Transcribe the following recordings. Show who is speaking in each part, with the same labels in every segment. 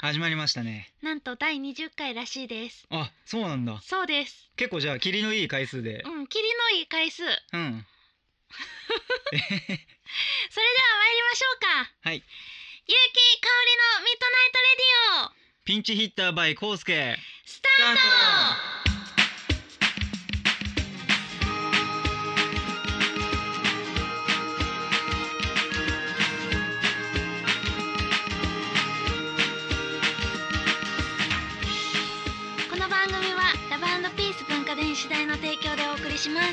Speaker 1: 始まりましたね
Speaker 2: なんと第20回らしいです
Speaker 1: あそうなんだ
Speaker 2: そうです
Speaker 1: 結構じゃあ霧のいい回数で
Speaker 2: うん霧のいい回数それでは
Speaker 1: うん、
Speaker 2: 参りましょうか
Speaker 1: はい
Speaker 2: ゆうきかおりのミッドナイトレディオ
Speaker 1: ピンチヒッター by コウスケ
Speaker 2: スタートこの番組はラブピース文化電子台の提供でお送りします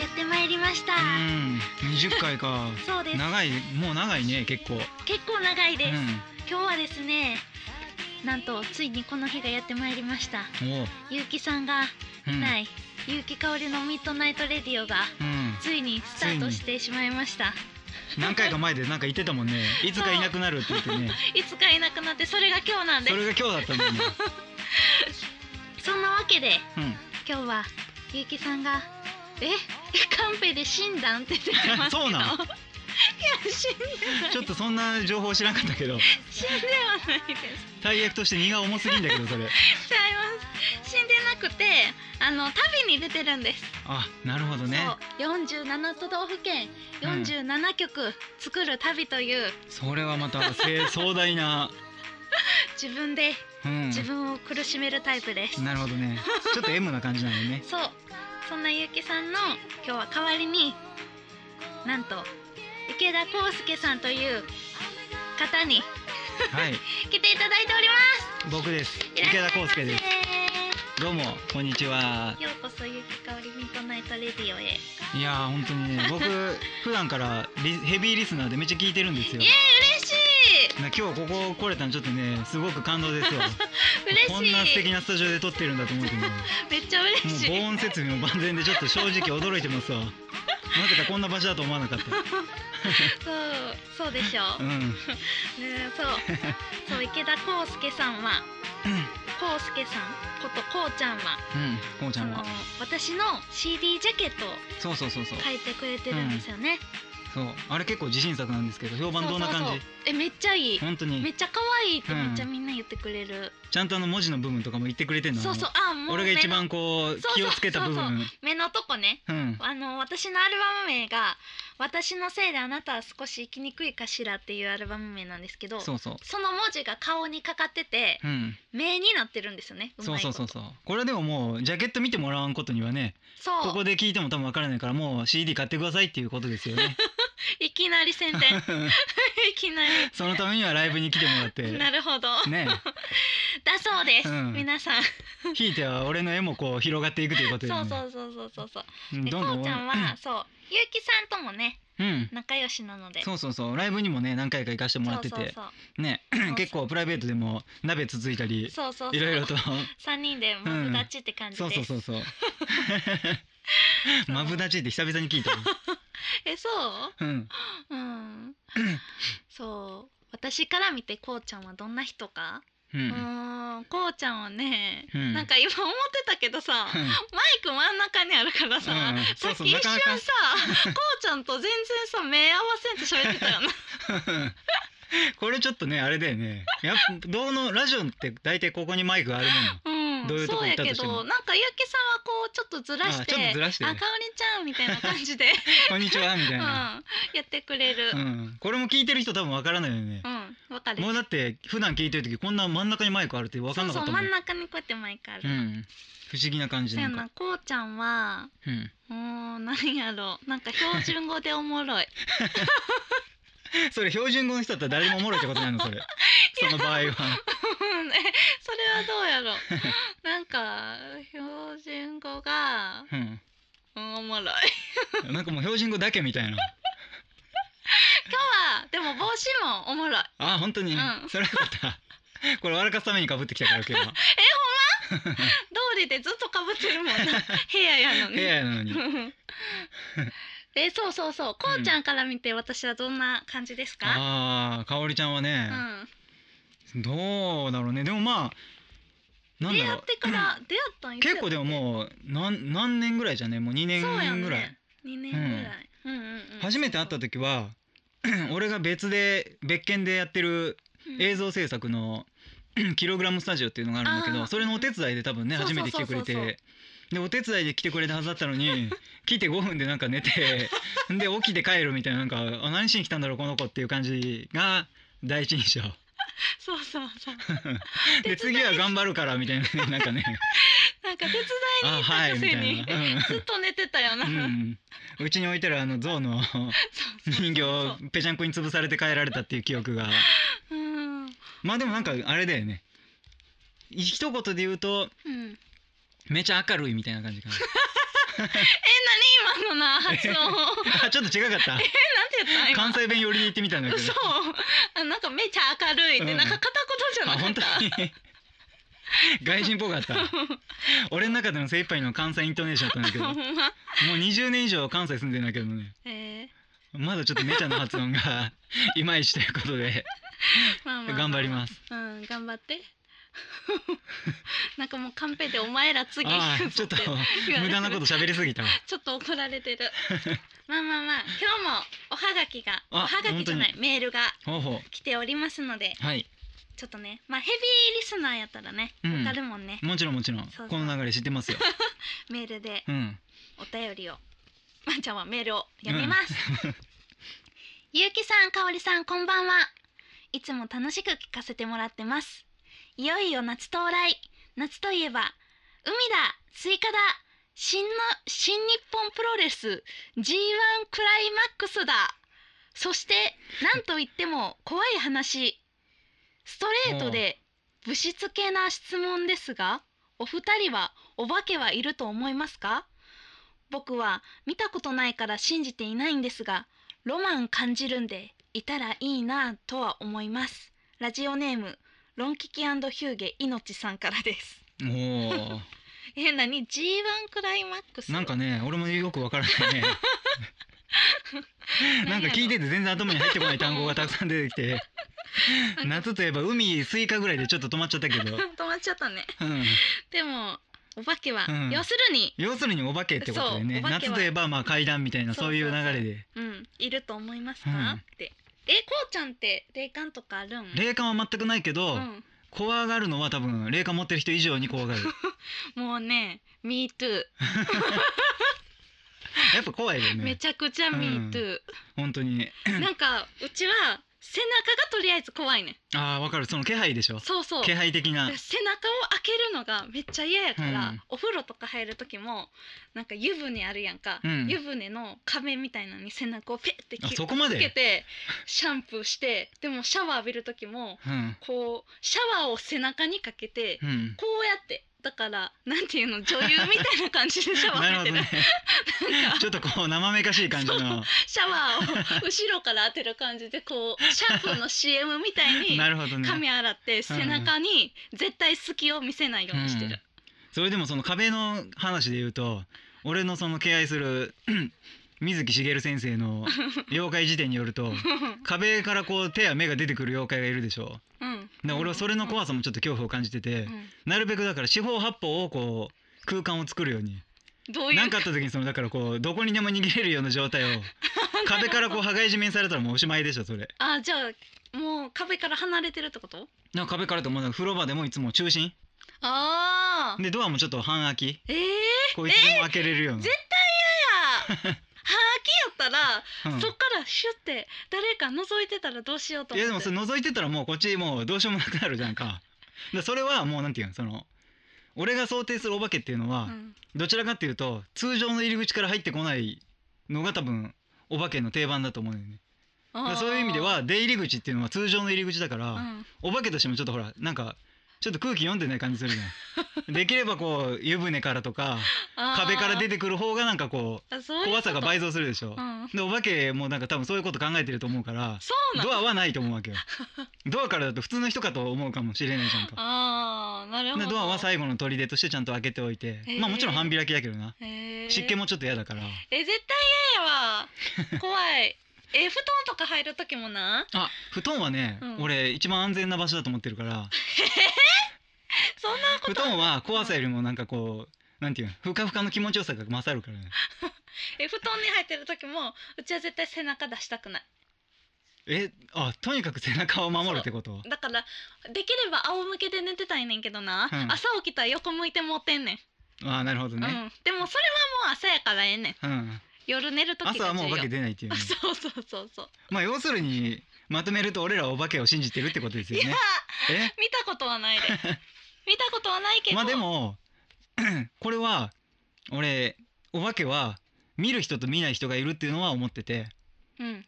Speaker 2: やってまいりました
Speaker 1: う、ん20回か
Speaker 2: そうです
Speaker 1: 長いもう長いね結構
Speaker 2: 結構長いです、
Speaker 1: う
Speaker 2: 今日はですねなんとついにこの日がやってまいりました
Speaker 1: んおう
Speaker 2: ゆうきさんが
Speaker 1: うん
Speaker 2: ない、ゆうきかおりのミッドナイトレディオが
Speaker 1: うん
Speaker 2: ついにスタートしてしまいました
Speaker 1: 何回か前でなんか言ってたもんねいつかいなくなるって言ってね
Speaker 2: いつかいなくなってそれが今日なんで
Speaker 1: それが今日だったんだよね
Speaker 2: すそんなわけで
Speaker 1: うん
Speaker 2: 今日はゆうきさんがえカンペで診断って出てますけど
Speaker 1: そうなの
Speaker 2: いや死んでない
Speaker 1: ちょっとそんな情報知らなかったけど
Speaker 2: 死んではないです
Speaker 1: 大役として荷が重すぎんだけどそれ
Speaker 2: ちゃいます死んでなくてあの旅に出てるんです
Speaker 1: あなるほどね
Speaker 2: そう47都道府県47曲作る旅という、
Speaker 1: それはまたせ壮大な、
Speaker 2: 自分で
Speaker 1: うん、
Speaker 2: 自分を苦しめるタイプです、
Speaker 1: なるほど ねちょっと M な感じなのね
Speaker 2: そうそんなゆうきさんの今日は代わりになんと池田康介さんという方に
Speaker 1: はい
Speaker 2: 来ていただいておりま
Speaker 1: 僕です
Speaker 2: すいらっし
Speaker 1: 池
Speaker 2: ゃい
Speaker 1: 田
Speaker 2: ま
Speaker 1: 康
Speaker 2: せ
Speaker 1: 介ですどうもこんにちは
Speaker 2: ようこそゆうきかおりミッドナイトレディオへ
Speaker 1: いやー本当 にね僕普段からリヘビーリスナーでめっちゃ聞いてるんですよ
Speaker 2: イエーイ嬉しい
Speaker 1: な今日ここ来れたのちょっとねすごく感動ですよ
Speaker 2: 嬉しい
Speaker 1: こんな素敵なスタジオで撮ってるんだと思うけども
Speaker 2: めっちゃ嬉し
Speaker 1: う
Speaker 2: い
Speaker 1: 防音設備も万全でちょっと正直驚いてますわなぜかこんな場所だと思わなかっ
Speaker 2: そうそうでしょう
Speaker 1: た うん
Speaker 2: ねそうそう池田康介さんは康介さんことこうちゃんは
Speaker 1: うんこうち
Speaker 2: そ
Speaker 1: ゃん
Speaker 2: の
Speaker 1: は
Speaker 2: 私の CD ジャケットを
Speaker 1: そうそうそうそう
Speaker 2: 書いてくれてるんですよね、
Speaker 1: そうあれ結構自信作なんですけど評判どんな感
Speaker 2: そうそう
Speaker 1: じ
Speaker 2: そうえめっちゃいい
Speaker 1: 本当
Speaker 2: めっ
Speaker 1: に
Speaker 2: ちゃ可愛いって
Speaker 1: うん
Speaker 2: めっちゃみんな言ってくれる、
Speaker 1: ちゃんとあの文字の部分とかも言ってくれてんの
Speaker 2: そうそう
Speaker 1: あ
Speaker 2: あ
Speaker 1: の
Speaker 2: もう
Speaker 1: 俺が一番
Speaker 2: 目の
Speaker 1: こ
Speaker 2: そ
Speaker 1: う
Speaker 2: うそう
Speaker 1: 気をつけた部分
Speaker 2: そうう目のとこね
Speaker 1: ん
Speaker 2: あの私のアルバム名が「私のせいであなたは少し生きにくいかしら」っていうアルバム名なんですけど
Speaker 1: そうそう
Speaker 2: その文字が顔にかかってて
Speaker 1: うん
Speaker 2: 目になってるんですよね
Speaker 1: そうそうそううそうこれでももうジャケット見てもらわんことにはね
Speaker 2: そう
Speaker 1: ここで聞いても多分わからないからもう CD 買ってくださいっていうことです よね
Speaker 2: いきなり宣 伝いきな
Speaker 1: そのためにはライブに来てもらっ
Speaker 2: り
Speaker 1: て
Speaker 2: なるほど
Speaker 1: ね
Speaker 2: だそうです、
Speaker 1: うん
Speaker 2: 皆さん
Speaker 1: ひいては俺の絵もこう広がっていくというこ
Speaker 2: そ
Speaker 1: と
Speaker 2: う
Speaker 1: でね
Speaker 2: そうそうそうそうそう
Speaker 1: うん
Speaker 2: でこ
Speaker 1: どんどん
Speaker 2: うちゃんはそうゆうきさんともね
Speaker 1: うん
Speaker 2: 仲良しなので
Speaker 1: そうそうそうライブにもね何回か行かしてもらって
Speaker 2: そう
Speaker 1: てね
Speaker 2: そう
Speaker 1: 結構プライベートでも鍋つついたり
Speaker 2: そうそうそうそう
Speaker 1: いろいろと
Speaker 2: 三人でマブダチって感じ
Speaker 1: そう
Speaker 2: で
Speaker 1: そう
Speaker 2: す
Speaker 1: そうそう マブダチって久々に聞いた
Speaker 2: えそう
Speaker 1: うん
Speaker 2: うんそう私から見てこうちゃんはどんな人か
Speaker 1: うん
Speaker 2: うーんこうちゃんはね
Speaker 1: うん
Speaker 2: なんか今思ってたけどさマイク真ん中にあるからさ
Speaker 1: うんうん
Speaker 2: さ
Speaker 1: そう
Speaker 2: っ
Speaker 1: そう
Speaker 2: き一瞬さ
Speaker 1: なかな
Speaker 2: こ
Speaker 1: か
Speaker 2: うちゃんと全然さ目合わせんと喋ってたよな
Speaker 1: これちょっとねあれだよねやっぱどうのラジオって大体ここにマイクがあるも
Speaker 2: うん
Speaker 1: どういうとこ
Speaker 2: そう
Speaker 1: 行
Speaker 2: や
Speaker 1: った
Speaker 2: け
Speaker 1: としても
Speaker 2: どなんかゆうきさんはこうちょっとずらして
Speaker 1: あちょっとずらしてね
Speaker 2: あかおりちゃんみたいな感 じで、
Speaker 1: の「こんにちは」みた
Speaker 2: う
Speaker 1: い
Speaker 2: ん、
Speaker 1: な、
Speaker 2: やってくれる
Speaker 1: う。ん、これも聞いてる人多分わからないよね
Speaker 2: う、ん、わかる。
Speaker 1: もうだって普段聞いてる時こんな真ん中にマイクあるってわかんなかっ
Speaker 2: そうそ
Speaker 1: た
Speaker 2: う真
Speaker 1: もん
Speaker 2: ん中にこうやってマイクある。
Speaker 1: うん、不思議な感じ
Speaker 2: そう
Speaker 1: な
Speaker 2: や
Speaker 1: んか
Speaker 2: な、こうちゃんは、
Speaker 1: うん、
Speaker 2: うーん、なんやろう、なんか標準語でおもろい。
Speaker 1: それ標準語の人だったら誰でもお もろいってことなのそれその場合は
Speaker 2: うんえ、それはどうやろう。 なんか、標準語が、
Speaker 1: うん
Speaker 2: うん、おもろい。
Speaker 1: なんかもう標準語だけみたいな
Speaker 2: 今日は、でも帽子もおもろい。
Speaker 1: あ本当に、
Speaker 2: うん
Speaker 1: それはよかったこれ笑かすためにかぶってきたから今日は
Speaker 2: 道理でずっとかぶってるも んな。部屋やのに。
Speaker 1: 部屋やのに
Speaker 2: え、そうそうそう、こうちゃんから見て、私はどんな感じですか。
Speaker 1: ああかおりちゃんは
Speaker 2: う
Speaker 1: ね、
Speaker 2: ん。
Speaker 1: どうだろうねでもまあなん
Speaker 2: 出
Speaker 1: だ
Speaker 2: 会
Speaker 1: ろ
Speaker 2: っ
Speaker 1: う
Speaker 2: てから、出会ったんいつやっ
Speaker 1: 結
Speaker 2: た。
Speaker 1: 構でももう何何年ぐらいじゃねもう2年
Speaker 2: そうや
Speaker 1: ぐらい、
Speaker 2: ね、2年ぐらい、うんうんうん
Speaker 1: 初めて会った時は俺が別で別件でやってる
Speaker 2: うんうん
Speaker 1: 映像制作のキログラムスタジオっていうのがあるんだけ
Speaker 2: あ
Speaker 1: ど
Speaker 2: ー
Speaker 1: それのお手伝いで多分ね
Speaker 2: そうそ
Speaker 1: 初
Speaker 2: うそ
Speaker 1: め
Speaker 2: う
Speaker 1: て来てくれ
Speaker 2: そうそう
Speaker 1: てでお手伝いで来てくれたはずだった のに来て5分でなんか寝てで起きて帰るみたいななんかあ何しに来たんだろうこの子っていう感じが第一印象
Speaker 2: そうそうそう
Speaker 1: で次は頑張るからみたいなねなんかね
Speaker 2: なんか手伝いに
Speaker 1: あ
Speaker 2: 行
Speaker 1: は
Speaker 2: っ
Speaker 1: い
Speaker 2: たく
Speaker 1: みた
Speaker 2: せ
Speaker 1: い
Speaker 2: に
Speaker 1: な、うん
Speaker 2: ずっと寝てたよな、
Speaker 1: うん、うちに置いてるあの象 の
Speaker 2: そうそうそう
Speaker 1: 人形ぺちゃんこに潰されて帰られたっていう記憶が
Speaker 2: うん、うん、
Speaker 1: まあでもなんかあれだよね一言で言うと
Speaker 2: え何
Speaker 1: めちゃ明るいみたいな感じか な
Speaker 2: 今のな発音なんて
Speaker 1: あちょっと違かっ
Speaker 2: 言
Speaker 1: た
Speaker 2: った今
Speaker 1: 関西弁寄りで言ってみたんだけど
Speaker 2: そうあなんかめちゃ明るいって、
Speaker 1: うん
Speaker 2: なんか片言じゃ
Speaker 1: あ
Speaker 2: なかっ
Speaker 1: 本当
Speaker 2: た
Speaker 1: に外人っぽかった俺の中での精一杯の関西イントネーションだったんだけど
Speaker 2: ほ
Speaker 1: も
Speaker 2: んま
Speaker 1: う20年以上関西住んでんだけどね
Speaker 2: えー
Speaker 1: まだちょっとめちゃの発音が いまいちということで
Speaker 2: まあまあ
Speaker 1: 頑張ります
Speaker 2: うん頑張って なんかもうカンペで「お前ら次
Speaker 1: あ
Speaker 2: 行
Speaker 1: あ
Speaker 2: く
Speaker 1: ち
Speaker 2: ぞ」っ
Speaker 1: ょっと
Speaker 2: て言われ
Speaker 1: 無
Speaker 2: て
Speaker 1: 駄なこと喋りすぎたわ
Speaker 2: ちょっと怒られて るまあまあまあ今日もおはがきがお
Speaker 1: あ
Speaker 2: はがきじゃないメールが
Speaker 1: ほうほう
Speaker 2: 来ておりますので
Speaker 1: はい
Speaker 2: ちょっとねまあヘビーリスナーやったらね
Speaker 1: うん
Speaker 2: わかるもんね、
Speaker 1: もちろんもちろん
Speaker 2: そうそう
Speaker 1: この流れ知っ てますよ
Speaker 2: メールで
Speaker 1: うん
Speaker 2: お便りをまんちゃんはメールを読み ます、ゆうきさんかおりさんこんばんはいつも楽しく聞かせてもらってますいよいよ夏到来夏といえば海だスイカだ新の新日本プロレス G1 クライマックスだそしてなんといっても怖い話ストレートでぶしつけな質問ですがお二人はお化けはいると思いますか僕は見たことないから信じていないんですがロマン感じるんでいたらいいなとは思いますラジオネームロンキキヒューゲいのちさんからです
Speaker 1: も
Speaker 2: え何 G1 クライマックス
Speaker 1: うなんかね俺もよくわからないね なんか聞いてて全然頭に入ってこない単語がたくさん出て きて夏といえば海スイカぐらいでちょっと止まっちゃったけ ど、
Speaker 2: 止まっちゃったね
Speaker 1: うん、
Speaker 2: でもお化けは、
Speaker 1: うん
Speaker 2: 要するに、
Speaker 1: 要するにお化けってことでね
Speaker 2: そうお化けは
Speaker 1: 夏といえばまあ階段みたい
Speaker 2: そう
Speaker 1: な
Speaker 2: そ
Speaker 1: そうういう流れで
Speaker 2: うん、いると思いますか、
Speaker 1: うん
Speaker 2: ってえこうちゃんって霊感とかあるん
Speaker 1: 霊感は全くないけど、
Speaker 2: うん、
Speaker 1: 怖がるのは多分霊感持ってる人以上に 怖がる
Speaker 2: もうね「MeToo」
Speaker 1: やっぱ怖いよ
Speaker 2: め
Speaker 1: ね
Speaker 2: ちゃくちゃ「
Speaker 1: うん
Speaker 2: MeToo、
Speaker 1: 本当に
Speaker 2: なんかうちは背中がとりあえず怖いね
Speaker 1: ああわかるその気配でしょ
Speaker 2: そうそう
Speaker 1: 気配的な
Speaker 2: で背中を開けるのがめっちゃ嫌やから、
Speaker 1: うん
Speaker 2: お風呂とか入る時もなんか湯船あるやんか、
Speaker 1: うん
Speaker 2: 湯船の壁みたいなのに背中をペッて
Speaker 1: あ
Speaker 2: き
Speaker 1: そこまで
Speaker 2: つけてシャンプーしてでもシャワー浴びる時も
Speaker 1: うん
Speaker 2: こうシャワーを背中にかけて
Speaker 1: うん
Speaker 2: こうやってだからなんていうの女優みたいな感じでシャワー
Speaker 1: なる
Speaker 2: 入
Speaker 1: ほ
Speaker 2: って
Speaker 1: ど
Speaker 2: る
Speaker 1: ね ちょっとこう生めかしい感じの
Speaker 2: シャワーを後ろから当てる感じでこうシャンプーの CM みたいに
Speaker 1: なるほどね
Speaker 2: 髪洗って背中に絶対隙を見せないようにしてる。
Speaker 1: それでもその壁の話で言うと俺のその敬愛する 水木しげる先生の妖怪辞典によると 壁からこう手や目が出てくる妖怪がいるでしょ
Speaker 2: うん、
Speaker 1: で俺はそれの怖さもちょっと恐怖を感じててなるべくだから四方八方をこう空間を作るように
Speaker 2: どういう
Speaker 1: 何かあった時にそのだからこうどこにでも逃げれるような状態 を壁からこう羽交い締めにされたらもうおしまいでしょそれ
Speaker 2: あじゃあもう壁から離れてるってこと
Speaker 1: なんか壁からともうなんか風呂場でもいつも中心
Speaker 2: ああ
Speaker 1: でドアもちょっと半開き
Speaker 2: ええー、い
Speaker 1: こういつでも開けれるような
Speaker 2: えや半開きやったら、
Speaker 1: うん
Speaker 2: そっからシュッて誰か覗いてたらどうしようと
Speaker 1: い
Speaker 2: 思
Speaker 1: や
Speaker 2: って
Speaker 1: でもそれ覗いてたらもうこっちもうどうしようもなくなるじゃんか。だからそれはもうなんていうのその俺が想定するお化けっていうのは、
Speaker 2: うん
Speaker 1: どちらかっていうと通常の入り口から入ってこないのが多分お化けの定番だと思うのよね。だからそういう意味で、は出入り口っていうのは通常の入り口だから、
Speaker 2: あーうん
Speaker 1: お化けとしてもちょっとほらなんかちょっと空気読んでない感じするじゃ ん。できればこう湯船からとか
Speaker 2: あー
Speaker 1: 壁から出てくる方がなんかこ
Speaker 2: あそう
Speaker 1: う
Speaker 2: いうこと
Speaker 1: 怖さが倍増するでしょ
Speaker 2: う。ん、
Speaker 1: でお化けもなんか多分そういうこと考えてると思うから。
Speaker 2: そうなん
Speaker 1: ドアはないと思うわ けよドアからだと普通の人かと思うかもしれないじゃんか
Speaker 2: ああなるほ
Speaker 1: で
Speaker 2: ど
Speaker 1: ドアは最後の砦としてちゃんと開けておいて、
Speaker 2: へえ
Speaker 1: まあもちろん半開きだけどな、
Speaker 2: へー
Speaker 1: 湿気もちょっと嫌だから
Speaker 2: え絶対嫌や わ怖いえ布団とか入る時もな
Speaker 1: あ布団はね、
Speaker 2: うん
Speaker 1: 俺一番安全な場所だと思ってるから
Speaker 2: そんなこと
Speaker 1: 布団は怖さよりもなんかこうなんていうのふかふかの気持ちよさが勝るからね
Speaker 2: え布団に入ってる時もうちは絶対背中出したくない
Speaker 1: えあとにかく背中を守るってこと
Speaker 2: だからできれば仰向けで寝てたいねんけどな、
Speaker 1: うん
Speaker 2: 朝起きたら横向いてもうてんねん、
Speaker 1: ああなるほど
Speaker 2: うん、でもそれは
Speaker 1: ね、
Speaker 2: もう朝やからええねん
Speaker 1: うん
Speaker 2: 夜寝る時が重
Speaker 1: 朝
Speaker 2: 要
Speaker 1: はもうお化け出ないっていうね
Speaker 2: あ そうそうそうそう、
Speaker 1: まあ要するにまとめると俺らはお化けを信じてるってことですよ
Speaker 2: いや
Speaker 1: ねえ
Speaker 2: 見たことはない で見たことはないけど
Speaker 1: まあでも これは俺お化けは見る人と見ない人がいるっていうのは思ってて
Speaker 2: うん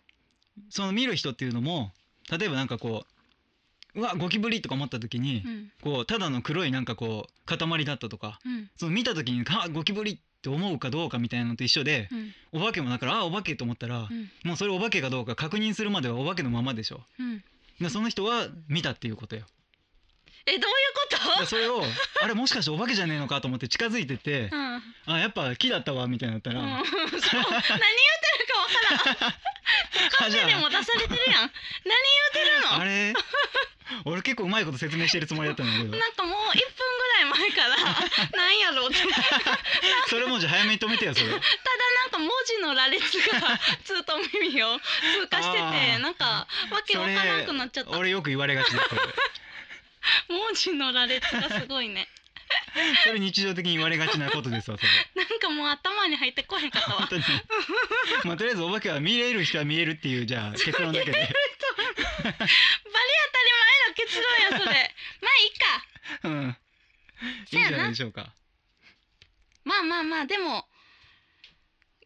Speaker 1: その見る人っていうのも例えばなんかこううわゴキブリとか思った時に、
Speaker 2: うん
Speaker 1: こうただの黒いなんかこう塊だったとか
Speaker 2: うん
Speaker 1: その見た時にあゴキブリって思うかどうかみたいなのと一緒で
Speaker 2: うん
Speaker 1: お化けもだからあお化けと思ったら、
Speaker 2: うん
Speaker 1: もうそれお化けかどうか確認するまではお化けのままでしょ
Speaker 2: うん
Speaker 1: でその人は見たっていうことよ
Speaker 2: えどういうこ
Speaker 1: でそれをあれもしかしてお化けじゃねえのかと思って近づいてって
Speaker 2: と、うん
Speaker 1: あやっぱ木だったわみたいになったら、
Speaker 2: うん、
Speaker 1: あ
Speaker 2: そう何言うてるかわからん
Speaker 1: じ
Speaker 2: カフェ
Speaker 1: ゃ
Speaker 2: でも出されてる やん何言うてる
Speaker 1: あ
Speaker 2: の
Speaker 1: あれ俺結構うまいこと説明してるつもりだったんだけど
Speaker 2: なんかもう1分ぐらい前から なんやろうってただ
Speaker 1: それもうじゃあ早めに止めてよそれ
Speaker 2: なんか文字の羅列がずっと耳を通過して
Speaker 1: あ
Speaker 2: て
Speaker 1: ー
Speaker 2: なんかわけ
Speaker 1: そ
Speaker 2: わ
Speaker 1: れ
Speaker 2: からんくなっちゃった文
Speaker 1: 俺よく言われがちだそれ
Speaker 2: 字の羅列がすごいね
Speaker 1: それ日常的に言われがちなことで すわそれ
Speaker 2: なんかもう頭に入ってこへんかったわ
Speaker 1: 本当にまあとりあえずお化けは見れる人は見えるっていうじゃあ結論だけで、
Speaker 2: バリ当たり前の結論やそれ まあいいか
Speaker 1: うん、いいんじゃないでしょうか
Speaker 2: まあまあまあでも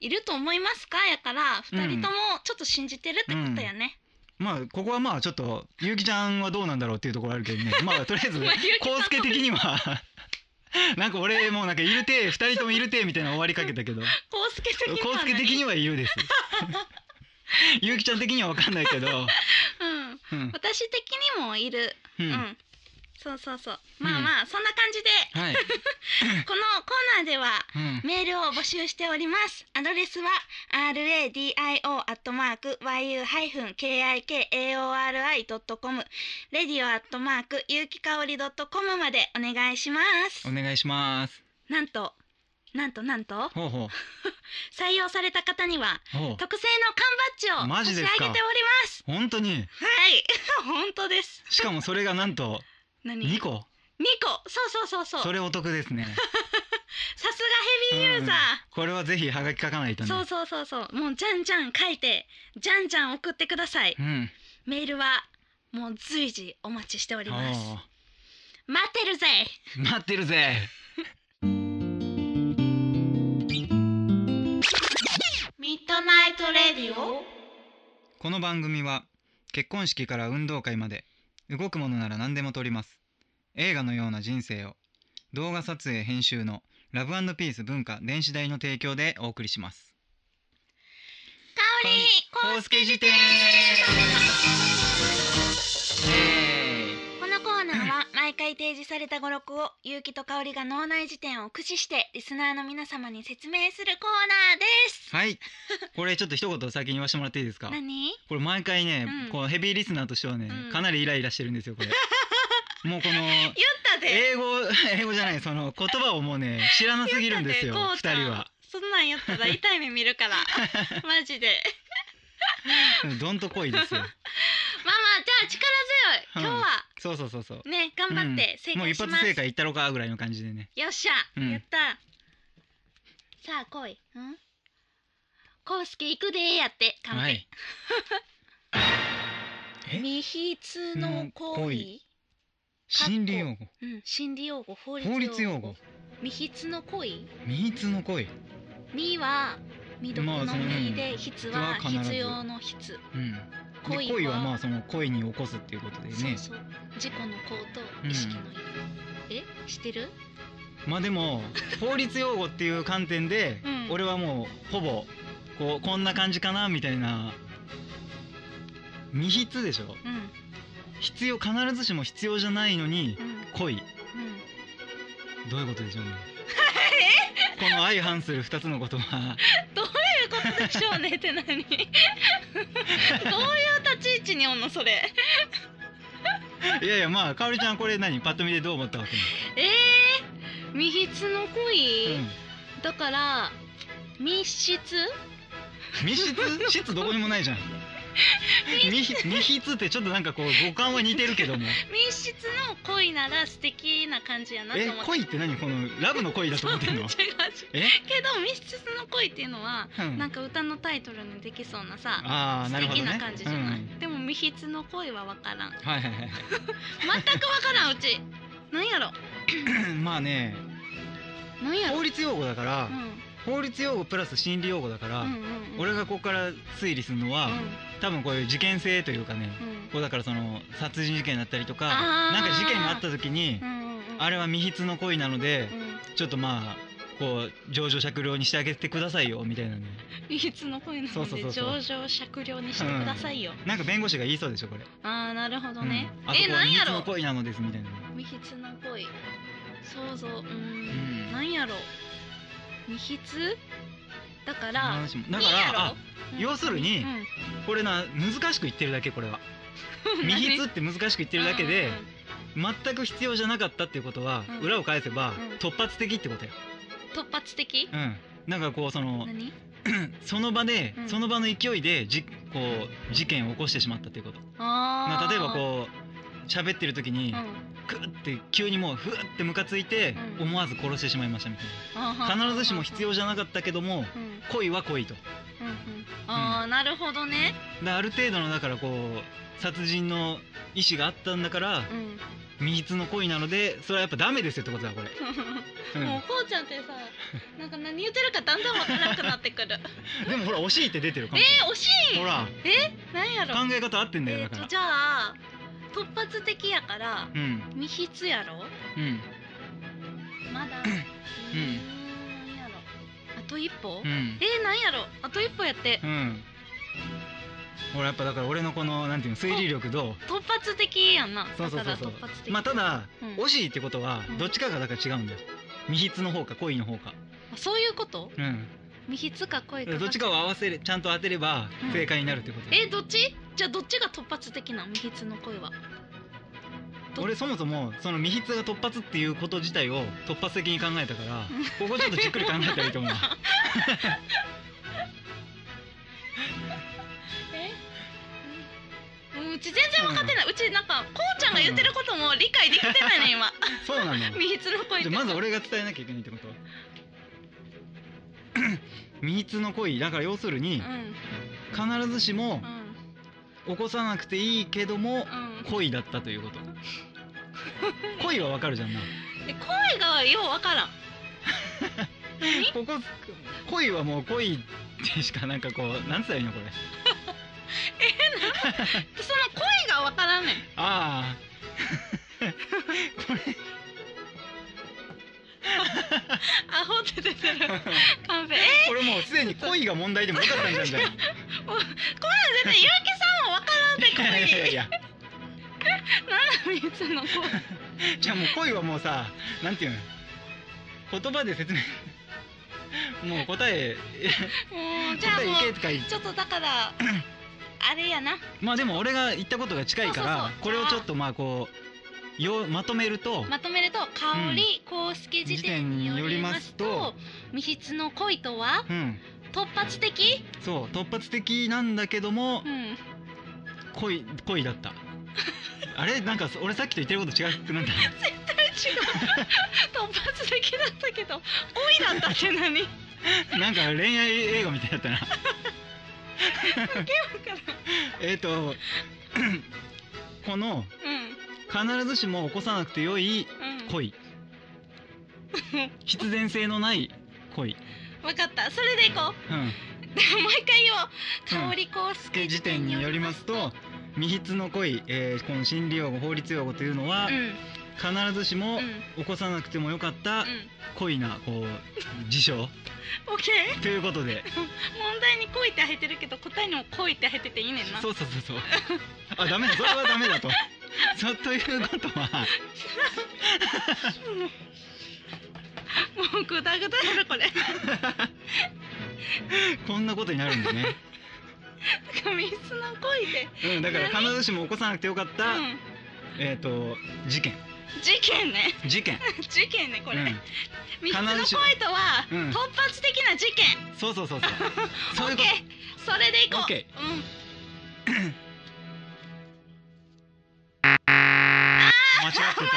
Speaker 2: いると思いますかやから
Speaker 1: うん
Speaker 2: 2人ともちょっと信じてるってことやね、
Speaker 1: まあここはまあちょっとゆうきちゃんはどうなんだろうっていうところある けどねまあとりあえず
Speaker 2: まあゆうきちゃん
Speaker 1: こうすけ的には なんか俺もうなんかいるて二人ともいるてみたいな終わりかけたけどこ
Speaker 2: コウスケ的に
Speaker 1: う
Speaker 2: は
Speaker 1: すけ的にはいる ですゆうきちゃん的には分かんないけど、
Speaker 2: 何うん
Speaker 1: うん
Speaker 2: 私的にもいる
Speaker 1: う
Speaker 2: うん、
Speaker 1: ん
Speaker 2: そうそうそう
Speaker 1: うん
Speaker 2: まあまあ、そんな感じで
Speaker 1: はい、
Speaker 2: このコーナーでは
Speaker 1: うん、
Speaker 2: メールを募集しておりますアドレスは radio.yu-kikaori.com radio.yukikaori.com までお願いします
Speaker 1: お願いします
Speaker 2: なんとなんとなんと
Speaker 1: ほうほ
Speaker 2: 採用された方には
Speaker 1: うほう
Speaker 2: 特製の缶バッ
Speaker 1: マ
Speaker 2: ジを
Speaker 1: ジ
Speaker 2: 差し
Speaker 1: ですか
Speaker 2: 上げております
Speaker 1: 本当に
Speaker 2: はい 本当です
Speaker 1: しかもそれがなん と
Speaker 2: 何
Speaker 1: 2個
Speaker 2: 二個そうそうそうそ
Speaker 1: そうれお得ですね
Speaker 2: さすがヘビーユーザー、
Speaker 1: これはぜひハガキ書かないとね
Speaker 2: そうそうそうそうもうじゃんじゃん書いてじゃんじゃん送ってください
Speaker 1: うん
Speaker 2: メールはもう随時お待ちしております
Speaker 1: おう
Speaker 2: 待ってるぜ
Speaker 1: 待ってるぜ
Speaker 2: ミッドナイトレディオ
Speaker 1: この番組は結婚式から運動会まで動くものなら何でも撮ります映画のような人生を動画撮影編集のラブピース文化電子代の提供でお送りします
Speaker 2: 香りこう
Speaker 1: スケ辞典
Speaker 2: このコーナーは毎回提示された語録を結城と香りが脳内辞典を駆使してリスナーの皆様に説明するコーナーです
Speaker 1: はいこれちょっと一言先に言わせてもらっていいですか
Speaker 2: 何
Speaker 1: これ毎回ね、
Speaker 2: うん
Speaker 1: こうヘビーリスナーとしてはね、
Speaker 2: うん
Speaker 1: かなりイライラしてるんですよこれ もうこの
Speaker 2: 言ったで
Speaker 1: 英語英語じゃないその言葉をもうね知らなすぎるんですよ
Speaker 2: 言った
Speaker 1: 二
Speaker 2: こうちゃん
Speaker 1: 人は
Speaker 2: そんなんやったら痛い目見る からマジで
Speaker 1: どんとこいですよ
Speaker 2: まあまあじゃあ力強い今日は
Speaker 1: そうそうそうそう
Speaker 2: ね頑張って正
Speaker 1: もう
Speaker 2: 解
Speaker 1: 一
Speaker 2: し
Speaker 1: 発
Speaker 2: ます、
Speaker 1: 正解いったろかぐらいの感じでね
Speaker 2: よっしゃ、
Speaker 1: うん
Speaker 2: やったさあ来いうんコウスケ行くでーやって完璧、
Speaker 1: はいえ
Speaker 2: 未必の恋
Speaker 1: 心理用語
Speaker 2: うん、心理用語法律用語
Speaker 1: 法律用語
Speaker 2: 未必の恋
Speaker 1: 未必の恋
Speaker 2: 未は未読
Speaker 1: まあ
Speaker 2: の
Speaker 1: その
Speaker 2: 未で必は
Speaker 1: は必ず
Speaker 2: 必要の必
Speaker 1: うん
Speaker 2: 恋
Speaker 1: で
Speaker 2: は
Speaker 1: 恋はまあその恋に起こすっていうことで
Speaker 2: そう
Speaker 1: ね
Speaker 2: そう事故の行と意識の意、え知ってる
Speaker 1: まあでも法律用語っていう観点で
Speaker 2: うん
Speaker 1: 俺はもうほぼこうこんな感じかなみたいな未必でしょ
Speaker 2: うん
Speaker 1: 必要必ずしも必要じゃないのに
Speaker 2: うん
Speaker 1: 恋
Speaker 2: うん
Speaker 1: どういうことで しょうねこの相反する2つのことは
Speaker 2: ということでしょうねって何どういう 立ち位置におんのそれ
Speaker 1: いやいやまあかおりちゃんこれ何パッと見でどう思ったわけ、
Speaker 2: えー、未必の恋、
Speaker 1: うん、
Speaker 2: だから密室
Speaker 1: 密室室どこにもないじゃん密室密室ってちょっとなんかこう五感は似てるけども
Speaker 2: 密室の恋なら素敵な感じやなと
Speaker 1: え
Speaker 2: 思って
Speaker 1: 恋って何このラブの 恋だと思ってん
Speaker 2: 違
Speaker 1: の
Speaker 2: う違う
Speaker 1: え、
Speaker 2: けど密室の恋っていうのは
Speaker 1: うん、
Speaker 2: なんか歌のタイトルにできそうなさ
Speaker 1: あー
Speaker 2: 素
Speaker 1: なるほど
Speaker 2: 敵
Speaker 1: ね
Speaker 2: な感じじゃない、
Speaker 1: うん
Speaker 2: でも密室の恋は分からん
Speaker 1: はいはいはいはい
Speaker 2: 全く分からんうちなんやろ
Speaker 1: まあね
Speaker 2: なんやろ、
Speaker 1: 法律用語だから
Speaker 2: う、ん、
Speaker 1: 法律用語プラス心理用語だから、
Speaker 2: うんうんうん
Speaker 1: 俺がここから推理するのは、
Speaker 2: うん
Speaker 1: 多分こういう事件性というかね、
Speaker 2: うん
Speaker 1: こうだからその殺人事件だったりとか
Speaker 2: あー
Speaker 1: なんか事件があった時に
Speaker 2: う、んうんうん
Speaker 1: あれは未必の恋なので、
Speaker 2: うん
Speaker 1: ちょっとまあこう情状酌量にしてあげてくださいよみたいなね
Speaker 2: 密室の恋な
Speaker 1: そ
Speaker 2: の
Speaker 1: うそ
Speaker 2: で
Speaker 1: うそうそ
Speaker 2: 情
Speaker 1: う
Speaker 2: 状酌量にしてくださいよ、
Speaker 1: なんか弁護士が言いそうでしょこれ、
Speaker 2: ああなるほど
Speaker 1: うん
Speaker 2: ね、
Speaker 1: あそ
Speaker 2: え
Speaker 1: こは
Speaker 2: なん
Speaker 1: 未
Speaker 2: や
Speaker 1: 必の
Speaker 2: ろ
Speaker 1: 恋なのですみたいな、
Speaker 2: 密室の恋想像うーん
Speaker 1: うん
Speaker 2: んなんやろ密室だか
Speaker 1: その
Speaker 2: ら
Speaker 1: 話もだ
Speaker 2: いい
Speaker 1: か
Speaker 2: やろ
Speaker 1: らあ
Speaker 2: うん
Speaker 1: 要するに
Speaker 2: うん
Speaker 1: これな難しく言ってるだけこれは 未必って難しく言ってるだけで、
Speaker 2: うんうん
Speaker 1: 全く必要じゃなかったっていうことは、
Speaker 2: うん
Speaker 1: 裏を返せば、
Speaker 2: ん
Speaker 1: 突発的ってことよ。
Speaker 2: うん突発的
Speaker 1: うん、なんかこうその
Speaker 2: 何
Speaker 1: その場で、
Speaker 2: うん
Speaker 1: その場の勢いでじこう事件を起こしてしまったっていうこと。
Speaker 2: あ
Speaker 1: ま
Speaker 2: ー
Speaker 1: あ、例えばこう喋ってる時に、
Speaker 2: うん
Speaker 1: クッて急にもうふわってムカついて、
Speaker 2: うん
Speaker 1: 思わず殺してしまいましたみたい
Speaker 2: あーは
Speaker 1: な。必ずしも必要じゃなかったけども
Speaker 2: うんうん
Speaker 1: 恋は恋と。だか
Speaker 2: うんああなるほどね
Speaker 1: らある程度のだからこう殺人の意思があったんだから
Speaker 2: うん
Speaker 1: 未必の恋なのでそれはやっぱダメですよってことだこれ。うん
Speaker 2: もうこうちゃんってさなんか何言ってるかだんだんわからなくなって くる
Speaker 1: でもほら惜しいって出てるか
Speaker 2: え
Speaker 1: もしれ
Speaker 2: ー惜しい
Speaker 1: ない
Speaker 2: な
Speaker 1: ほら
Speaker 2: んやろ
Speaker 1: 考え方合ってんだよ
Speaker 2: え
Speaker 1: だ
Speaker 2: っ
Speaker 1: から
Speaker 2: とじゃあ突発的やから
Speaker 1: うん
Speaker 2: 密室やろ
Speaker 1: うん
Speaker 2: まだうーんなんやろあと一歩、
Speaker 1: う
Speaker 2: え
Speaker 1: ん
Speaker 2: ー、なんやろあと一歩やって
Speaker 1: うんほらやっぱだから俺のこのなんていうの推理力と
Speaker 2: 突発的やんな
Speaker 1: そうそうそうそう
Speaker 2: だから突発的
Speaker 1: まあただ
Speaker 2: うん
Speaker 1: 惜しいってことは
Speaker 2: うん
Speaker 1: どっちかがだから違うんだよ未筆の方か恋の方か
Speaker 2: あそういうこと
Speaker 1: うん
Speaker 2: 密室か恋か
Speaker 1: どっちかを合わせるちゃんと当てれば
Speaker 2: うん
Speaker 1: 正解になるってこと
Speaker 2: えー、どっちじゃあどっちが突発的なん未必の恋はど
Speaker 1: 俺そもそもその未筆が突発っていうこと自体を突発的に考え たからここちょっとじっくり考えたらいいと思う
Speaker 2: えうんうち全然分かってない、うちなんかこうちゃんが言ってることも理解できてないね 今
Speaker 1: そうなのじ
Speaker 2: 未必の恋っ
Speaker 1: ゃあ
Speaker 2: て
Speaker 1: まず俺が伝えなきゃいけないってこと 未筆の恋だから要する
Speaker 2: う
Speaker 1: に
Speaker 2: んうん
Speaker 1: 必ずしも
Speaker 2: うん
Speaker 1: 起こさなくていいけども
Speaker 2: うん
Speaker 1: 恋だったということ 恋はわかるじゃんな
Speaker 2: で恋がよう分からん
Speaker 1: ここ恋はもう恋ってしかなんかこうなんつったらいいのこれ
Speaker 2: でその恋が分からんねん
Speaker 1: ああ
Speaker 2: アホって出てるカンペえ
Speaker 1: これもうすでに恋が問題でもよかったんじゃん じゃん
Speaker 2: 絶対結城さんも分からんって
Speaker 1: いやいや
Speaker 2: 恋
Speaker 1: いや
Speaker 2: 何だ三つの恋
Speaker 1: じゃあもう恋はもうさなんていうの言葉で説明 もう答 え
Speaker 2: もうじゃ
Speaker 1: 答
Speaker 2: あ
Speaker 1: えい
Speaker 2: も
Speaker 1: け
Speaker 2: う
Speaker 1: とか言っ
Speaker 2: ちょっとだからあれやな
Speaker 1: まあでも俺が言ったことが近いから
Speaker 2: そうそうそう
Speaker 1: これをちょっとまあこうよまとめると、
Speaker 2: まとめると「香り公式辞典によります
Speaker 1: 辞典によ
Speaker 2: と未必の恋とは
Speaker 1: うん
Speaker 2: 突発的?
Speaker 1: そう突発的なんだけども」
Speaker 2: うん
Speaker 1: 恋恋だったあれなんかそ俺さっきと言ってること違くなんだ
Speaker 2: 違う突発的だったけど恋だったって何
Speaker 1: なんか恋愛映画みたいだったな えっとこの
Speaker 2: うん
Speaker 1: 必ずしも起こさなくてよい
Speaker 2: うん
Speaker 1: 恋必然性のない恋
Speaker 2: 分かったそれでいこう
Speaker 1: うん
Speaker 2: もう一回言お
Speaker 1: う
Speaker 2: うん香り公式
Speaker 1: 時点によりますと未必の恋、えーこの心理用語法律用語というのは、
Speaker 2: うんうん
Speaker 1: 必ずしも
Speaker 2: うん
Speaker 1: 起こさなくてもよかった恋なこう事象
Speaker 2: オッケー
Speaker 1: ということで
Speaker 2: 問題に恋って入ってるけど答えにも恋って入ってていいねんな
Speaker 1: そうそうそうそうあダメだそれはダメだとそうということは
Speaker 2: もうグダグダやろこれ
Speaker 1: こんなことになるんだね、
Speaker 2: ミスの恋で
Speaker 1: うん、だから必ずしも起こさなくてよかった、
Speaker 2: うん
Speaker 1: えっ、と事件
Speaker 2: 事件ね
Speaker 1: 事件
Speaker 2: 事件ねこれ、
Speaker 1: う
Speaker 2: ミ
Speaker 1: ん
Speaker 2: スの恋とは、
Speaker 1: うん
Speaker 2: 突発的な事件
Speaker 1: そうそうそうそうそう
Speaker 2: オ
Speaker 1: いう
Speaker 2: ッ
Speaker 1: こ
Speaker 2: ケーそれでいこう、
Speaker 1: オッケ
Speaker 2: うん間 違っ
Speaker 1: 間違って
Speaker 2: たてる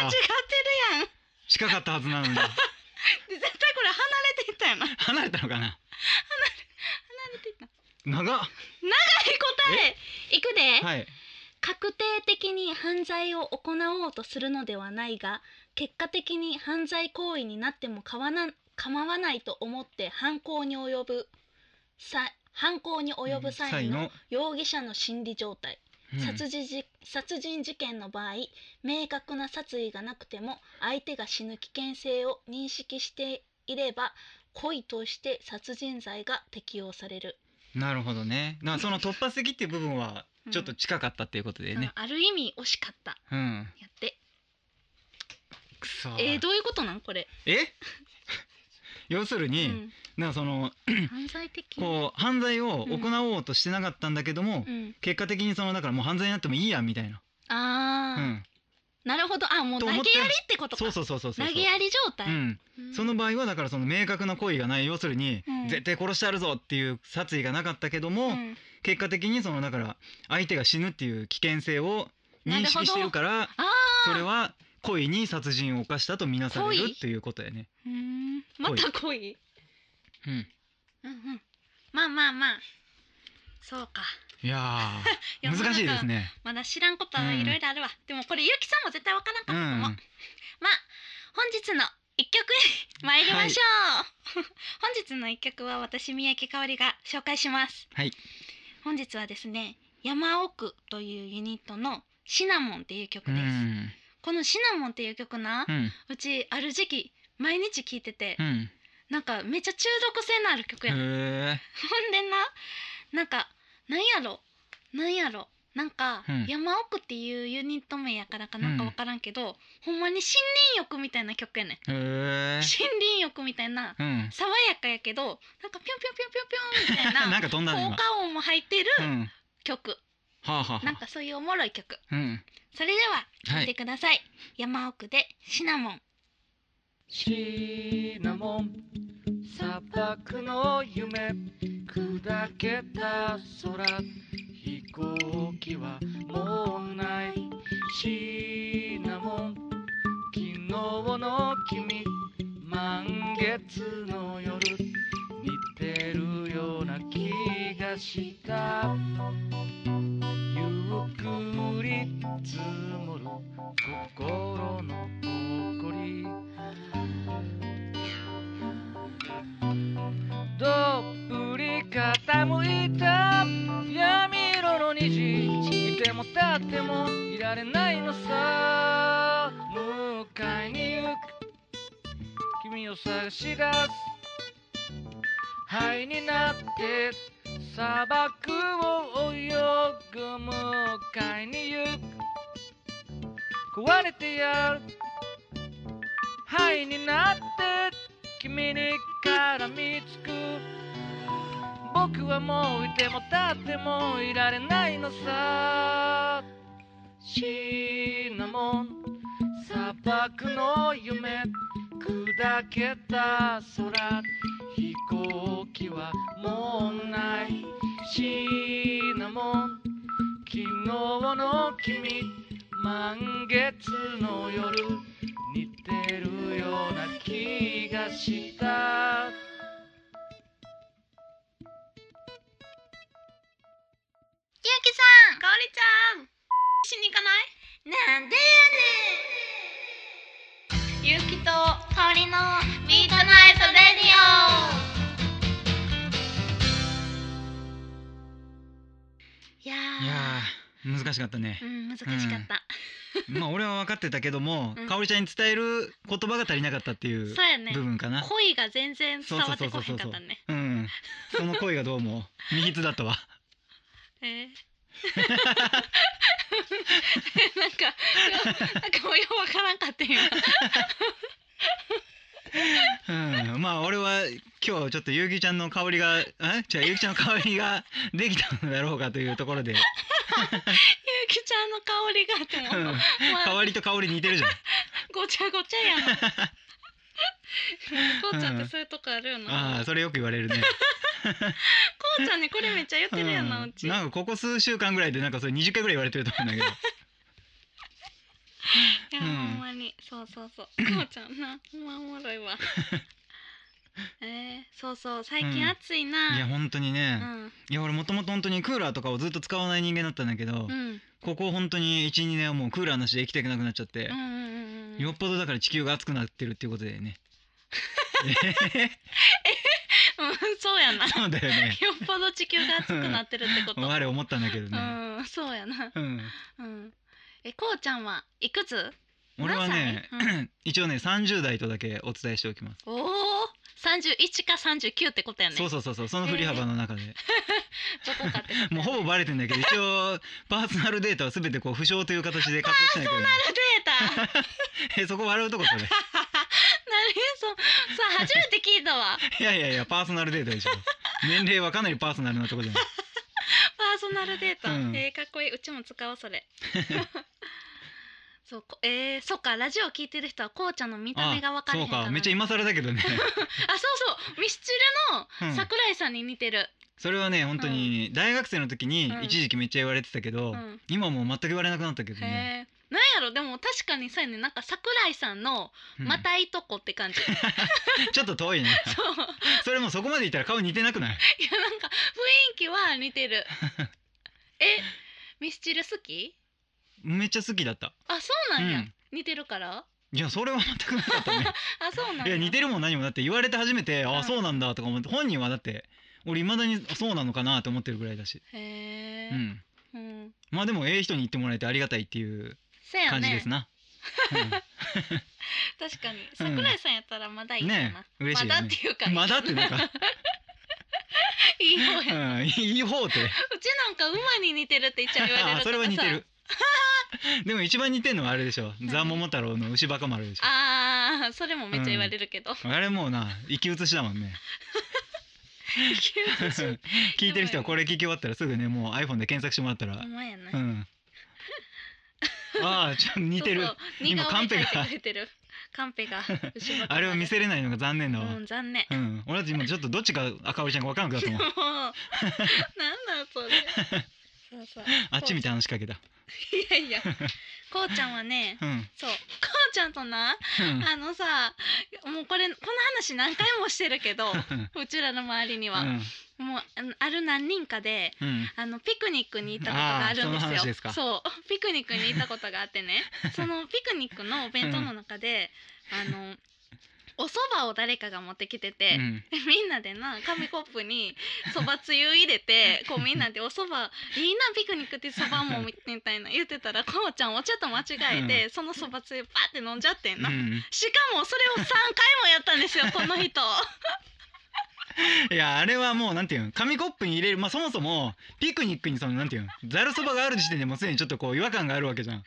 Speaker 2: やん
Speaker 1: 近かったはずなのに
Speaker 2: で絶対これ離れていったよな離
Speaker 1: 離れたのかな
Speaker 2: れていった
Speaker 1: 長っ
Speaker 2: はい答えいくで、
Speaker 1: はい
Speaker 2: 確定的に犯罪を行おうとするのではないが結果的に犯罪行為になってもかわな構わないと思って犯行に及ぶさ犯行に及ぶ際の容疑者の心理状態、
Speaker 1: うん
Speaker 2: 殺人じ殺人事件の場合明確な殺意がなくても相手が死ぬ危険性を認識していれば故意として殺人罪が適用される、
Speaker 1: なるほどねだからその突発的っていう部分はちょっと近かったっていうことでね
Speaker 2: あある意味惜しかった
Speaker 1: うん、
Speaker 2: やって
Speaker 1: くそ
Speaker 2: えー、どういうことなんこれ、
Speaker 1: え 要する
Speaker 2: う
Speaker 1: に、
Speaker 2: ん、
Speaker 1: なんかその
Speaker 2: 犯罪的
Speaker 1: こう犯罪を行おうとしてなかったんだけども、
Speaker 2: うん、
Speaker 1: 結果的にそのだからもう犯罪になってもいいやみたいな、
Speaker 2: あ
Speaker 1: う
Speaker 2: あ、
Speaker 1: ん、
Speaker 2: なるほどあもう
Speaker 1: と
Speaker 2: 投げ
Speaker 1: 思
Speaker 2: や
Speaker 1: っ
Speaker 2: り
Speaker 1: て
Speaker 2: ってことか
Speaker 1: そうそうそうそうそう
Speaker 2: 投げやり状
Speaker 1: う
Speaker 2: 態、
Speaker 1: ん、
Speaker 2: うん
Speaker 1: その場合はだからその明確な故意がない要するに、
Speaker 2: うん
Speaker 1: 絶対殺してあるぞっていう殺意がなかったけども、
Speaker 2: うん
Speaker 1: 結果的にそのだから相手が死ぬっていう危険性を認識してるから
Speaker 2: あ
Speaker 1: それは故意に殺人を犯したとみなされ
Speaker 2: 故
Speaker 1: る
Speaker 2: 意
Speaker 1: っていうことやね。
Speaker 2: ーうんまた恋
Speaker 1: うん、
Speaker 2: うんうんまあまあまあそうか
Speaker 1: いや
Speaker 2: いや
Speaker 1: ー難しいですね。
Speaker 2: まだ知らんことはいろいろあるわ、でもこれゆきさんも絶対わからんか
Speaker 1: う
Speaker 2: ったと思う、まあ
Speaker 1: ん、
Speaker 2: 本日の一曲に参りましょう、 本日の一曲は私三宅香織が紹介します
Speaker 1: はい
Speaker 2: 本日はですね山奥というユニットのシナモンっていう曲
Speaker 1: う
Speaker 2: です、
Speaker 1: ん、
Speaker 2: このシナモンっていう曲な、
Speaker 1: うん、
Speaker 2: うちある時期毎日聴いてて、
Speaker 1: うん、
Speaker 2: なんかめっちゃ中毒性のある曲
Speaker 1: へ
Speaker 2: や、ほん
Speaker 1: え、
Speaker 2: でななんかなんやろなんやろなんか、
Speaker 1: うん
Speaker 2: 山奥っていうユニット名やからかなんかわからんけど、ほんまに森林浴みたいな曲やねん
Speaker 1: へ え、
Speaker 2: 森林浴みたいな
Speaker 1: うん、
Speaker 2: 爽やかやけどなんかピョンピョンピョンピョンピョンみたい
Speaker 1: な
Speaker 2: なん
Speaker 1: か飛んだね
Speaker 2: 効
Speaker 1: 今。
Speaker 2: 果音も入ってる
Speaker 1: うん、
Speaker 2: 曲、
Speaker 1: はあ、はあ、
Speaker 2: なんかそういうおもろい曲
Speaker 1: うん。
Speaker 2: それでは聴いてください、山奥でシナモン
Speaker 3: シナモン砂漠の夢砕けた空飛行機はもうないシナモン昨日の君満月の夜似てるような気がしたゆっくり積もる心の誇りどっぷり傾いた闇色の虹いても立ってもいられないのさ迎えに行く君を探し出す灰になって砂漠を泳ぐ迎えに行く壊れてやる灰になって君に絡みつく僕はもういても立ってもいられないのさシナモン砂漠の夢砕けた空飛行機はもうないシナモン昨日の君満月の夜似てるような気がした
Speaker 2: ゆうきさんかおりちゃんしに行かないなんでやねんゆうきとかおりのミートナイトレディオいや
Speaker 1: いやー難しかった ね
Speaker 2: ー、うん難しかった、
Speaker 1: まあ俺は分かってたけども、
Speaker 2: うん
Speaker 1: かおりちゃんに伝える言葉が足りなかったっていう
Speaker 2: そうやね
Speaker 1: 部分かな、
Speaker 2: 恋が全然伝わってこへんかったね
Speaker 1: うんその声がどうも未必だったわ
Speaker 2: えー なんかなんかもうようわからんかったよ
Speaker 1: うんまあ俺は今日ちょっとゆうきちゃんの香りがえじゃあゆうきちゃんの香りができたのだろうかというところで、
Speaker 2: ゆうきちゃんの香りがあって
Speaker 1: う
Speaker 2: も、
Speaker 1: ん、
Speaker 2: ま
Speaker 1: 香りと香り似てるじゃん
Speaker 2: ごちゃごちゃやん。 こうちゃんってそういうとこあるよ
Speaker 1: あ
Speaker 2: な。
Speaker 1: あそれよく言われるね、
Speaker 2: こうちゃんねこれめっちゃ言ってるよ
Speaker 1: う
Speaker 2: なうんち。
Speaker 1: なんかここ数週間ぐらいでなんかそれ20回ぐらい言われてると思うんだけど
Speaker 2: いや、
Speaker 1: うん
Speaker 2: ほんまにそうそうそうかおちゃんなほんまおもろい わえー、そうそう最
Speaker 1: うん
Speaker 2: 近暑い
Speaker 1: いや
Speaker 2: な
Speaker 1: 本当に
Speaker 2: う
Speaker 1: ね、
Speaker 2: ん
Speaker 1: いや俺もともと本当にクーラーとかをずっと使わない人間だったんだけど、
Speaker 2: うん
Speaker 1: ここ本当に12年はもうクーラーなしで生きていけなくなっちゃって
Speaker 2: うんう、んうんうん
Speaker 1: よっぽどだから地球が熱くなってるっていうことだよ ね
Speaker 2: うんそうやなよ
Speaker 1: そうだよね
Speaker 2: っぽど地球が熱くなってるって こと
Speaker 1: 我思ったんだけど
Speaker 2: う
Speaker 1: ね、
Speaker 2: んそうやな
Speaker 1: うん
Speaker 2: うんえこうちゃんはいくつ
Speaker 1: 俺はね、
Speaker 2: 何
Speaker 1: 一応ね30代とだけお伝えしておきます、
Speaker 2: おお三十一か三十九ってことやね
Speaker 1: そうそうそうそうその振り幅の中で、
Speaker 2: どこかってことやね
Speaker 1: もうほぼバレてんだけど一応 パーソナルデータは全てこう不詳という形で活動しないけ ど、ね、
Speaker 2: データ
Speaker 1: えそこ笑うとこそれ
Speaker 2: 何そうさあ初めて聞いたわ
Speaker 1: いやいやいやパーソナルデータでしょ年齢はかなりパーソナルなとこじゃない
Speaker 2: パーソナルデータ、
Speaker 1: うん
Speaker 2: えーかっこいいうちも使おうそれ そうこえー、そっかラジオ聞いてる人はこうちゃんの見た目が分か
Speaker 1: あ
Speaker 2: らへん
Speaker 1: そう
Speaker 2: から
Speaker 1: かめっちゃ今更だけど ね
Speaker 2: あそうそうミスチル
Speaker 1: うん
Speaker 2: の桜井さんに似てる、
Speaker 1: それはね本当に大学生の時に
Speaker 2: うん
Speaker 1: 一時期めっちゃ言われてたけど、
Speaker 2: うん
Speaker 1: 今もう全く言われなくなったけどね、
Speaker 2: へえなんやろでも確かにそうやねなんか桜井さんの
Speaker 1: うん
Speaker 2: またいとこって感じ、 そう
Speaker 1: ちょっと遠いね
Speaker 2: いやなんか
Speaker 1: それもそこまでいったら顔似てなくない
Speaker 2: 雰囲気は似て るえミスチル好き
Speaker 1: めっちゃ好きだった
Speaker 2: あそうなんや、
Speaker 1: うん
Speaker 2: 似てるから
Speaker 1: いやそれは全くなかったね
Speaker 2: あそうなん
Speaker 1: い
Speaker 2: や
Speaker 1: や似てるも何もだって言われて初めて、
Speaker 2: う
Speaker 1: あ
Speaker 2: ん
Speaker 1: そうなんだとか思って本人はだって俺いまだにそうなのかなと思ってるぐらいだし、
Speaker 2: へえ
Speaker 1: う、ん
Speaker 2: うん、
Speaker 1: まあでもええ人に言ってもらえてありがたいっていう
Speaker 2: そうやね
Speaker 1: 感じで すな、
Speaker 2: 確かに
Speaker 1: うん
Speaker 2: 桜井さんやったらまだいいかな、
Speaker 1: ねえ嬉しいよ
Speaker 2: ま
Speaker 1: ね
Speaker 2: だっていうか
Speaker 1: うんまだってなんか、
Speaker 2: いい方や
Speaker 1: うん、いい方って
Speaker 2: うちなんか馬に似てるって言っちゃ言われるとか
Speaker 1: あ
Speaker 2: さ
Speaker 1: それは似 てるでも一番似てるのはあれでしょ「
Speaker 2: ん
Speaker 1: ザ・桃太郎」の牛バカ丸でしょ
Speaker 2: あーそれもめっちゃ言われるけど、
Speaker 1: あれもうな生き写しだもんね 聞いてる人はこれ聞き終わったらすぐねもう iPhone で検索してもらったら
Speaker 2: ほんまやな、
Speaker 1: うん ああちょっと似てる
Speaker 2: そうそう似
Speaker 1: 今
Speaker 2: 顔絵描い
Speaker 1: カンペが
Speaker 2: てくれてるカンペが後ろ
Speaker 1: あれを見せれないのが残念だわ、う
Speaker 2: うんん残念
Speaker 1: 俺たち今ちょっとどっちか赤織ちゃんか分からなく なったもん
Speaker 2: もうなんだそ れそうそう
Speaker 1: あっち見て話しかけた
Speaker 2: いやいやこうちゃんはね
Speaker 1: うん、うん
Speaker 2: そうこうちゃんとなあのさもうこれこの話何回もしてるけどうちらの周りには、もうあのある何人かで
Speaker 1: うんうん
Speaker 2: あのピクニックに行ったことがあるんですよ
Speaker 1: あーその話ですか
Speaker 2: そうピクニックに行ったことがあってねそのピクニックのお弁当の中で、あのお蕎麦を誰かが持ってきてて、
Speaker 1: うん
Speaker 2: でみんなでな紙コップにそばつゆ入れてこうみんなでおそばいいなピクニックってそばもみたいな言ってたらこうちゃんお茶と間違えて、そのそばつゆパって飲んじゃってんな、
Speaker 1: うん
Speaker 2: しかもそれを3回もやったん ですよこの人
Speaker 1: いやあれはもうなんていうの紙コップに入れるまあそもそもピクニックにそのなんていうのざるそばがある時点でもうすでにちょっとこう違和感があるわけじゃん、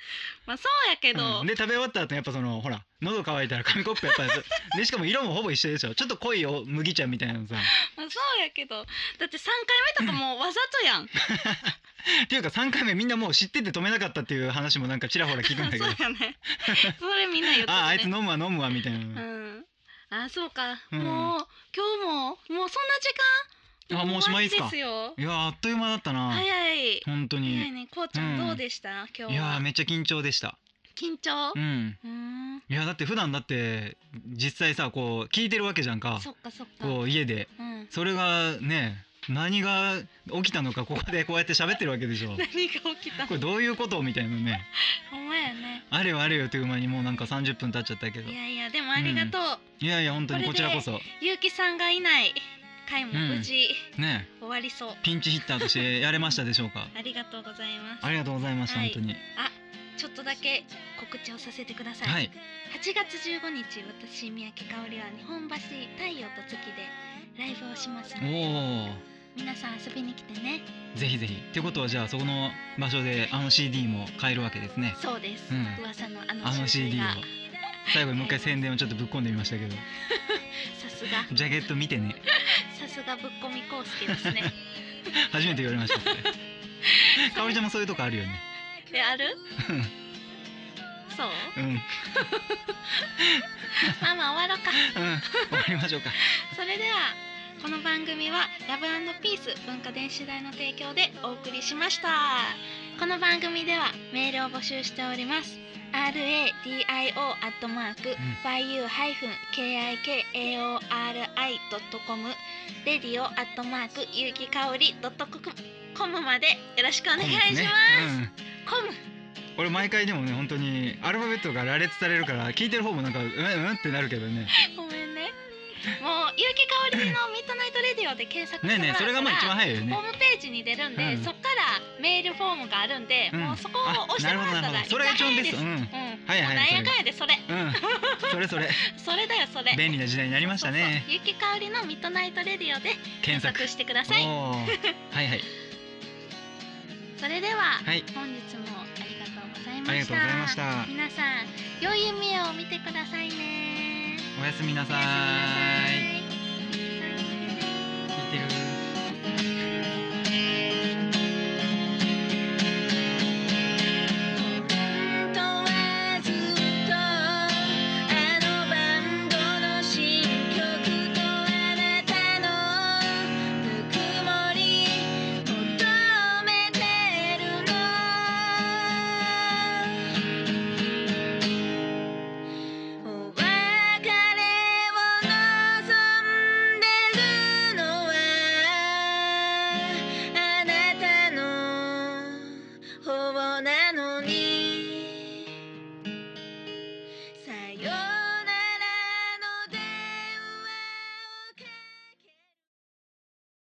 Speaker 2: まあそうやけど、
Speaker 1: うんで食べ終わった後やっぱそのほら喉乾いたら 紙コップやっぱりでしかも色もほぼ一緒でしょちょっと濃いお麦茶みたいなのさ
Speaker 2: まあそうやけどだって3回目とかもうわざとやん
Speaker 1: っていうか3回目みんなもう知ってて止めなかったっていう話もなんかちらほら聞くんだ け
Speaker 2: そ
Speaker 1: ど
Speaker 2: うやねそれみんな言ってるね
Speaker 1: ああいつ飲むわ飲むわみたいな、
Speaker 2: うんあそうか、
Speaker 1: うん
Speaker 2: もう今日ももうそんな時間
Speaker 1: あもうおしまいっすか
Speaker 2: 終わりで
Speaker 1: いやあっという間だったな、
Speaker 2: すよ早い
Speaker 1: 本当
Speaker 2: 早
Speaker 1: に
Speaker 2: いねこうちゃん
Speaker 1: うん
Speaker 2: どうでした、今
Speaker 1: い
Speaker 2: 日
Speaker 1: や
Speaker 2: は
Speaker 1: ーめっちゃ緊張でした
Speaker 2: 緊張
Speaker 1: う、ん
Speaker 2: うーん、
Speaker 1: いやだって普段だって実際さこう聞いてるわけじゃんか
Speaker 2: そっかそっか
Speaker 1: こう家で
Speaker 2: うん
Speaker 1: それがね何が起きたのかここで こうやって喋ってるわけでしょ
Speaker 2: 何が起きた
Speaker 1: これどういうことみたいなね
Speaker 2: ほんまやね
Speaker 1: あれよあれよという間にもうなんか30分経っちゃったけど
Speaker 2: いやいやでもありがとう、
Speaker 1: いやいや本当にこ
Speaker 2: これ
Speaker 1: ち
Speaker 2: で
Speaker 1: らこそ
Speaker 2: ゆうきさんがいない回も無事
Speaker 1: ね
Speaker 2: 終わりそう、
Speaker 1: ピンチヒッターとしてやれましたでしょ うか
Speaker 2: ありがとうございます
Speaker 1: ありがとうございました
Speaker 2: はい
Speaker 1: 本当に
Speaker 2: あちょっとだけ告知をさせてください、
Speaker 1: はい
Speaker 2: 8月15日私三宅香織は日本橋太陽と月でライブをしますの
Speaker 1: お
Speaker 2: で
Speaker 1: お
Speaker 2: 皆さん遊びに来てね
Speaker 1: ーぜひぜひってことはじゃあそこの場所であの CD も買えるわけですね
Speaker 2: そうです、
Speaker 1: うん
Speaker 2: 噂のあの
Speaker 1: あの CD を
Speaker 2: が
Speaker 1: 最後にもう一回宣伝をちょっとぶっ込んでみましたけど
Speaker 2: さすが
Speaker 1: ジャケット見てね
Speaker 2: さすがぶっこみコースケです ね
Speaker 1: 初めて言われ ましたそれかおりちゃんもそういうとこあるよね
Speaker 2: であ るそう
Speaker 1: うんうん
Speaker 2: まあまあ終わろうか
Speaker 1: 終わりましょうか
Speaker 2: それではこの番組はラブピース文化電子代の提供でお送りしましたこの番組ではメールを募集しております radio.yu-kikaori.com レディオアットマークゆうきかおり .com までよろしくお願いします。
Speaker 1: ね
Speaker 2: コム、
Speaker 1: うん、俺毎回でもね本当にアルファベットが羅列されるから聞いてる方もなんかうんうんってなるけどね
Speaker 2: ごめんね。もうゆうきかおりのミッドナイトレディオで検索しても
Speaker 1: ね
Speaker 2: らっ
Speaker 1: え
Speaker 2: たら
Speaker 1: ねえそれがまあ一番早いよ
Speaker 2: ホ
Speaker 1: ね
Speaker 2: ームページに出るんで、
Speaker 1: うん
Speaker 2: そっからメールフォームがあるんで、
Speaker 1: うん
Speaker 2: もうそこを押してもらったら
Speaker 1: あなるほどなるほどそれが一番ベスト
Speaker 2: 一番
Speaker 1: うん
Speaker 2: 早いですうん、
Speaker 1: はい
Speaker 2: も
Speaker 1: はい
Speaker 2: うなんやかんやでそれ、
Speaker 1: うんそれそれ
Speaker 2: それだよそれ。
Speaker 1: 便利な時代になりましたね
Speaker 2: そうそう。ゆきかおりのミッドナイトレディオで検
Speaker 1: 検索
Speaker 2: 索してください。
Speaker 1: おーはいはい
Speaker 2: それでは、
Speaker 1: はい
Speaker 2: 本日もありがとうございました。
Speaker 1: ありがとうございました
Speaker 2: 皆さん、良い夢を見てくださいね。
Speaker 1: おやすみな
Speaker 2: お
Speaker 1: さ
Speaker 2: やすみな
Speaker 1: ーい
Speaker 2: さい。